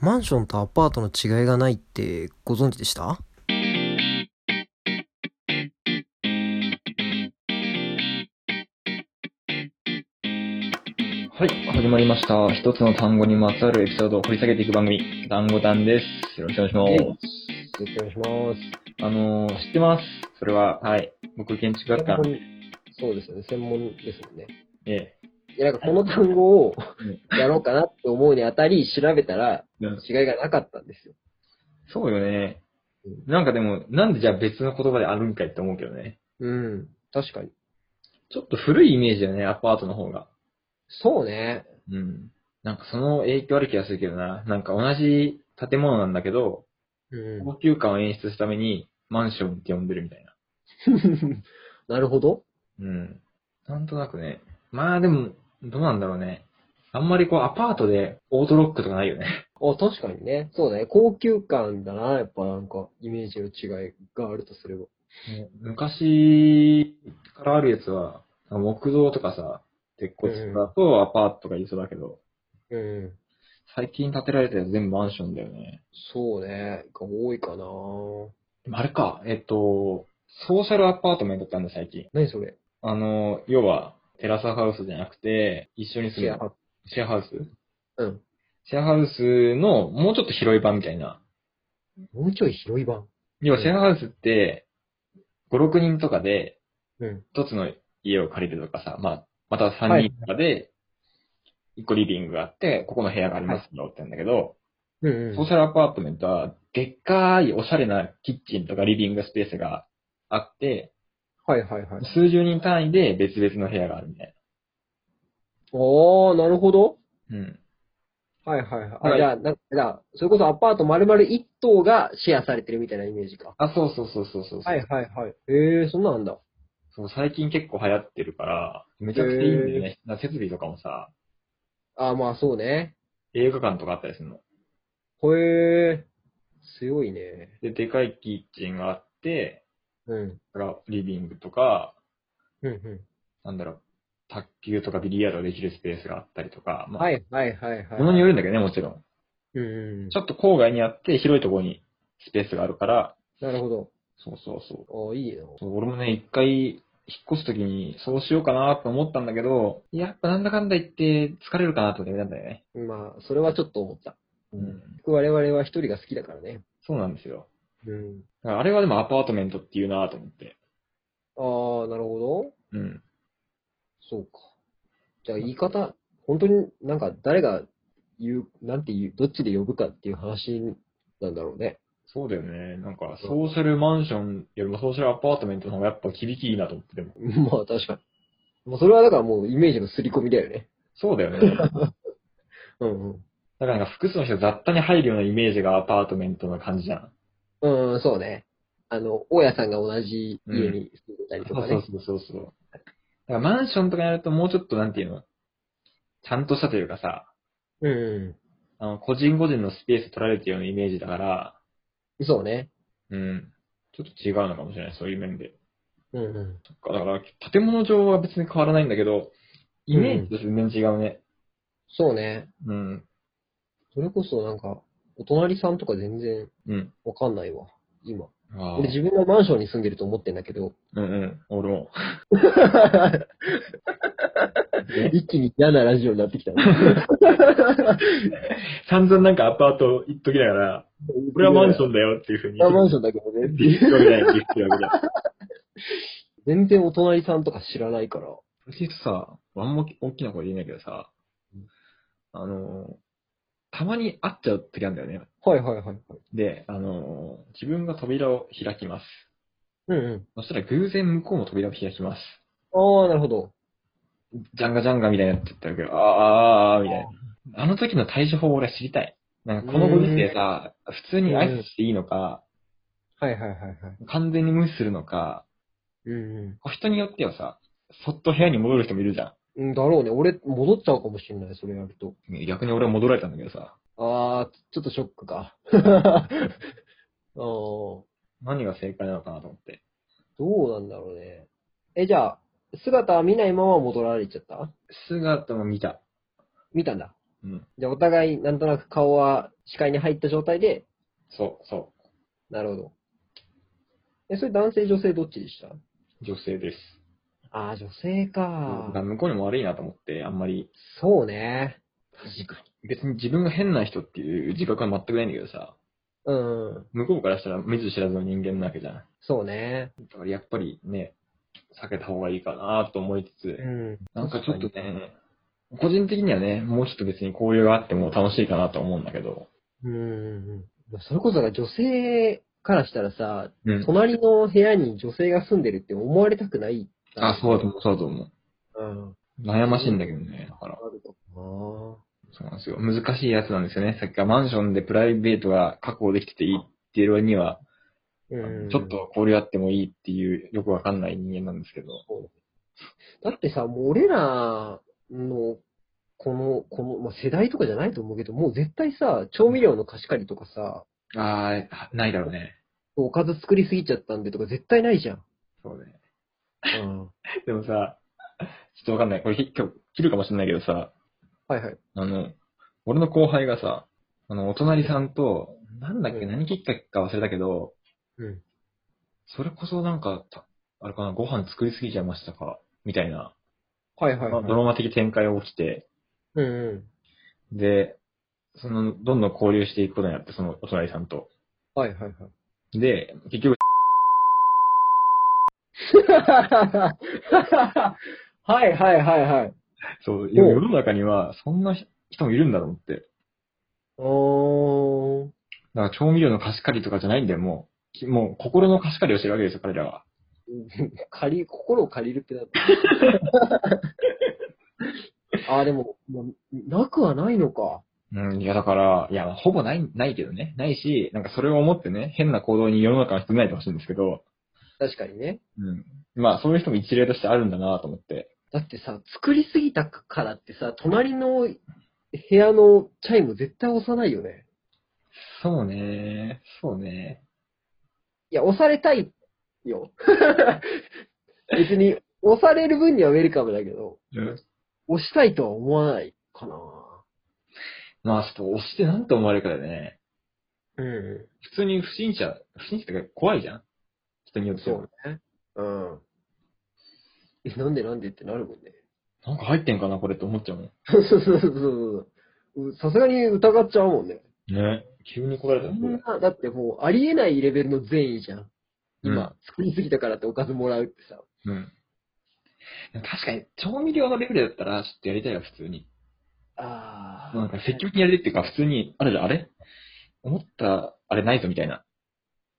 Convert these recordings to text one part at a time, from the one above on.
マンションとアパートの違いがないってご存知でしたはい、始まりました。一つの単語にまつわるエピソードを掘り下げていく番組、単語単です。よろしくお願いします。よろしくお願いしあのー、知ってます。それは、はい。僕、建築ます。学科専。門そうですよね、専門ですもんね。えいや、なんかこの単語をんやろうかなって思うにあたり調べたらえ。違いがなかったんですよ。そうよねう。なんかでも、なんでじゃあ別の言葉であるんかいって思うけどね。うん、確かに。ちょっと古いイメージだよね、アパートの方が。そうね。うん。なんかその影響ある気がするけどな。なんか同じ建物なんだけど、うん。高級感を演出するために、マンションって呼んでるみたいな。 なるほど。うん。なんとなくね。まあでも、どうなんだろうね。あんまりこう、アパートでオートロックとかないよね。あ、確かにね。そうだね。高級感だな、やっぱなんか、イメージの違いがあるとすれば。ね昔からあるやつは、木造とかさ、鉄骨だとアパートとか言いそうだけど、うん。最近建てられたやつ全部マンションだよね。そうね。が多いかなでもあれか、えっと、ソーシャルアパートメントってあるんだ最近。何それあの、要は、テラスハウスじゃなくて、一緒に住む。シェアハウシェアハウスうん。シェアハウスのもうちょっと広い版みたいな。もうちょい広い版。要はシェアハウスって、5、6人とかで、うん。一つの家を借りるとかさ、まあ、または3人とかで、一個リビングがあって、ここの部屋がありますよって言うんだけど、うん、うん。ソーシャルアパートメントは、でっかいおしゃれなキッチンとかリビングスペースがあって、はいはいはい。数十人単位で別々の部屋があるみたいああ、なるほど。な。うん。はいはいはい。あはいじゃあ、なんか、じゃあそれこそアパート丸々一棟がシェアされてるみたいなイメージか。あ、そうそうそうそうそうそう、はいはい。ええー、そんなんだ。そう。最近結構流行ってるから、めちゃくちゃいいんだよね。な設備とかもさ、ああ、まあそうね。映画館とかあったりするの。ほえー、強いね。で、でかいキッチンがあって、うん。だからリビングとか、うんうなんだろう、卓球とかビリヤードできるスペースがあったりとか、ん。まあ、はいはいはいはい。ものによるんだけどね、もちろん。うん。ちょっと郊外にあって、広いところにスペースがあるから、なるほど。そうそうそう。ああ、いいな。そう俺もね、一回、引っ越すときに、そうしようかなと思ったんだけど、やっぱなんだかんだ言って、疲れるかなと思ってやめたんだよね。まあ、それはちょっと思った。うん。我々は一人が好きだからね。そうなんですよ。うん。だからあれはでもアパートメントっていうなと思って。ああ、なるほど。うん。そうか。じゃあ言い方、本当になんか誰が言う、なんて言う、どっちで呼ぶかっていう話なんだろうね。 そうだよね。なんか、ソーシャルマンションよりもソーシャルアパートメントの方がやっぱ響きいいなと思って、でも。まあ確かに。もうそれはだからもうイメージの刷り込みだよね。そうだよね。うんうん。だからなんか複数の人が雑多に入るようなイメージがアパートメントの感じじゃん。うんうん、そうね。あの、大家さんが同じ家に住んでたりとそかうそねう。そうそうそう。だからマンションとかになるともうちょっとなんていうの、ちゃんとしたというかさ、うあの、個人個人のスペース取られてるようなイメージだから、ん。そうね。うん。ちょっと違うのかもしれない、そういう面で。うんうそっかだから、建物上は別に変わらないんだけど、イメージと全然違うね。そうね。うん。それこそなんか、お隣さんとか全然うん。わかんないわ。今。ああ俺自分はマンションに住んでると思ってんだけど、うんうん。俺も。 一気に嫌なラジオになってきたね。散々なんかアパート行っときながら、俺はマンション。ンだよっていうふうに。俺はマンションョンだけどっね。て言ってわけじゃない、言ってるわけじゃない。全然お隣さんとか知らないから。私さ、あんま大きな声で言えないけどさ、あの、たまに会っちゃう時あるんだよね。はいはいはいはい。で、あの、自分が扉を開きます。うんうん。そしたら偶然向こうも扉を開きます。ああ、なるほど。ジャンガジャンガみたいになっちゃってるけど、あーあーあーみたいな。あの時の対処法を俺は知りたい。なんかこのご時世さ、普通に挨拶していいのか、はいはいはいはい。完全に無視するのか、うんこう人によってはさ、そっと部屋に戻る人もいるじゃうん。だろうね。俺、戻っちゃうかもしれない、それやると。ん。逆に俺は戻られたんだけどさ、あー、ちょっとショックか。 あー、ど何が正解なのかなと思って。うなんだろうね。え、じゃあ、姿は見ないまま戻られちゃった姿も見た。見たんだ。うん。じゃあお互いなんとなく顔は視界に入った状態で、そう、そなるほど。え、それ男性女性どっちでしたう。女性です。ああ、女性だかから向こうにも悪いなと思って、あんまり、そうね。確かに。別に自分が変な人っていう自覚は全くないんだけどさ、うん。向こうからしたら見ず知らずの人間なわけじゃん。そうね。だからやっぱりね、避けた方がいいかなと思いつつ、ん。なんかちょっとね、個人的にはね、もうちょっと別に交流があっても楽しいかなと思うんだけど、うん。それこそが女性からしたらさ、うん。隣の部屋に女性が住んでるって思われたくない。あ、そうだと思う、そうだと思う。うん。悩ましいんだけどね、だからあ。ると思そうなんですよ。難しいやつなんですよね。さっきからマンションでプライベートが確保できてていいっていう割には、うなうん。ちょっ。と交流あってもいいっていう、よくわかんない人間なんですけど。だってさ、もう俺らの、この、この、まあ、世代とかじゃないと思うけど、もう絶対さ、調味料の貸し借りとかさ、ああ、ないだろうね。おかず作りすぎちゃったんでとか絶対ないじゃん。そうね。うん。でもさ、ちょっとわかんない。これひ今日切るかもしれないけどさ、はいはい。あの、俺の後輩がさ、あの、お隣さんと、なんだっけ、うん何きっかけか忘れたけど、うん。それこそなんか、たあれかな、ご飯作りすぎちゃいましたかみたいな、はいはい、まあドラマ的展開が起きて、うんうん。で、その、どんどん交流していくことになって、そのお隣さんと。はいはい はい。で、結局、はいはいはいはい。そう、おう世の中には、そんな人もいるんだと思って。おー。だから、調味料の貸し借りとかじゃないんだよ、もうき。もう、心の貸し借りをしてるわけですよ、彼らは。 借り、心を借りる ってなって。ああ、でも、もうなくはないのか。うん、いや、だから、いや、ほぼない、ないけどね。ないし、なんかそれを思ってね、変な行動に世の中の人ないでほしいんですけど、確かにね。うん。まあ、そういう人も一例としてあるんだなと思って。だってさ、作りすぎたからってさ、隣の部屋のチャイム絶対押さないよね。そうねそうねいや、押されたいよ。 別に、押される分にはウェルカムだけど、うん。押したいとは思わないかな。まあ、ちょっと押してなんて思われるかだね。うん。普通に不審者、不審者ってか怖いじゃん人によってそはうね。うん。え、なんでなんでってなるもんね。なんか入ってんかな、これって思っちゃうもん。そうそうそうそうう。さすがに疑っちゃうもんね。ね。急に来られたらそこんれ。なだってもう、ありえないレベルの善意じゃん。今、作りすぎたからっておかずもらうってさ。うん。でも確かに、調味料のレベルだったら、ちょっとやりたいよ、普通に。ああ。なんか、積極的にやりたいっていうか、普通に、あれだ、あれ思った、あれないぞ、みたいな。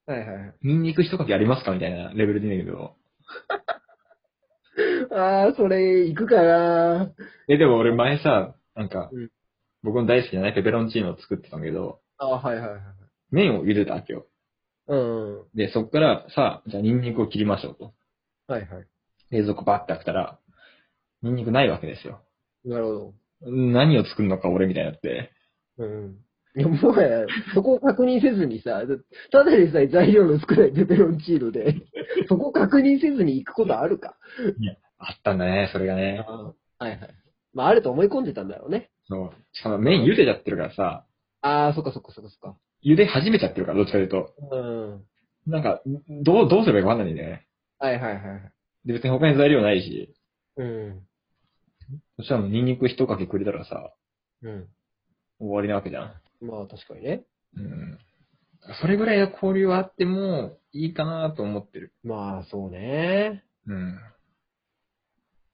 はいはいはい。ニンニク一かけありますかみたいなレベルでいいんだけど。ああ、それ、行くかなえ、でも俺前さ、なんか、うん僕の大好きなね、ペペロンチーノを作ってたんだけど、ああ、はいはいはい。麺を茹でたわけよ。うん。はで、そっから、さあ、じゃあニンニクを切りましょうと。いはい。冷蔵庫バッて開けたら、ニンニクないわけですよ。なるほど。何を作るのか俺みたいになって。うん。いや、もはや、そこを確認せずにさ、だただでさえ材料の少ないペペロンチーノ で、そこを確認せずに行くことあるか。あったんだね、それがね。はいはい。まあ、あると思い込んでたんだろうね。そう。しかも麺茹でちゃってるからさ、ああ、そっかそっかそっかそっ茹で始めちゃってるから、どっちかというと。か。うん。なんか、どう、どうすればいいかわかんないんだよね。はいはいはい。で、別に他に材料ないし、うん。そしたらもうニンニク一かけくれたらさ、う終わりなわけじゃん。まあ、確かにね。ん。うん。それぐらいの交流はあってもいいかなと思ってる。まあ、そうね。うん。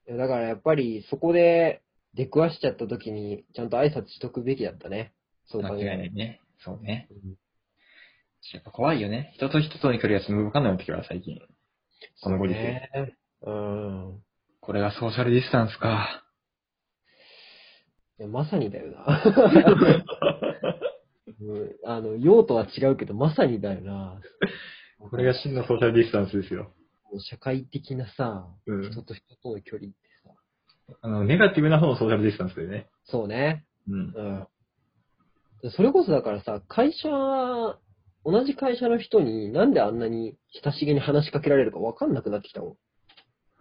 いやだからやっぱりそこで出くわしちゃった時にちゃんと挨拶しとくべきだったね。そう間考違えいたらないね。そうね。うんやっぱ怖いよね。人と人との距離がすごいわかんないようになってきた最近。このご時世。ね。うん。これがソーシャルディスタンスか。いやまさにだよ な、うんあの、用途は違うけど、まさにだよな。これが真のソーシャルディスタンスですよ。もう社会的なさ、うん人と人との距離ってさ。あの、ネガティブな方のソーシャルディスタンスだよね。そうね。うん。うん。それこそだからさ、会社、同じ会社の人になんであんなに親しげに話しかけられるかわかんなくなってきたもん。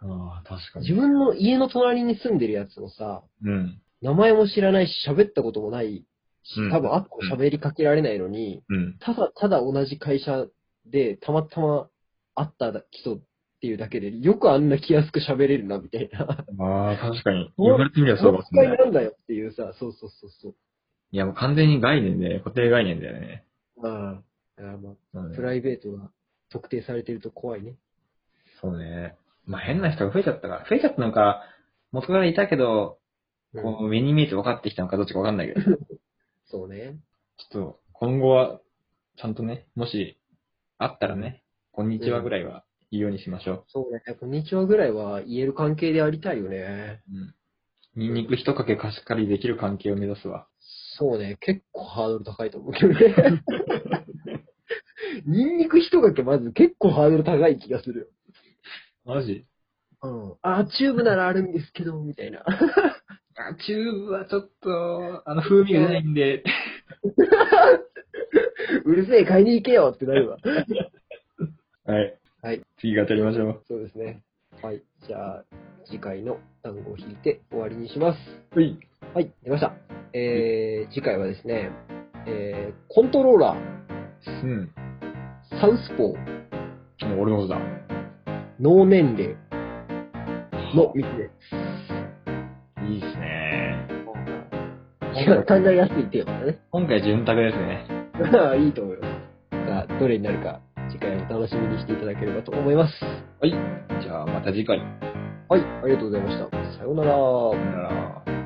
ああ、確か自。分の家の隣に住んでるやつをさ、うん。名前も知らないし、喋ったこともないしうん、多分あっても喋りかけられないのに、うん。ただただ同じ会社で、たまたま会った人っていうだけで、よくあんな気安く喋れるな、みたいな。ああ、確かに。お言われてみれば そうかもし扱れいない。なんだよっていうさ、そうそうそうそう。いや、もう完全に概念で、固定概念だよね。まあ、あーまあうんプライベートが特定されてると怖いね。そうね。まあ変な人が増えちゃったから。増えちゃったのか、元からいたけど、うんこう目に見えて分かってきたのかどっちか分かんない けど。ちょっそうね。と、今後は、ちゃんとね、もし、あったらね、こんにちはぐらいは言うようにしましょそうね。こんにちはぐらいは言える関係でありたいよね。う。うん。ニンニク一かけ貸し借りできる関係を目指すわ。そうね。結構ハードル高いと思うけど ね。ニンニク一かけまず結構ハードル高い気がするマジよ。うん。あ、チューブならあるんですけど、みたいな。あ、チューブはちょっと、あの、風味が出ないんで、うるせえ、買いに行けよってなるわ。 はい。はい。次が当たりましょう。そうですね。はい。じゃあ、次回の単語を引いて終わりにします。はい。はい、出ました。えー、次回はですね、えー、コントローラうん。ー、サウスポー、もう俺のことだ。脳年齢の3つでいいっすね。す。 今考えやすいテーマだね。 今回潤沢ですね。まあいいと思います。さあ、どれになるか、次回お楽しみにしていただければと思います。じゃあまた次回。はい、ありがとうございました。さようなら。さよなら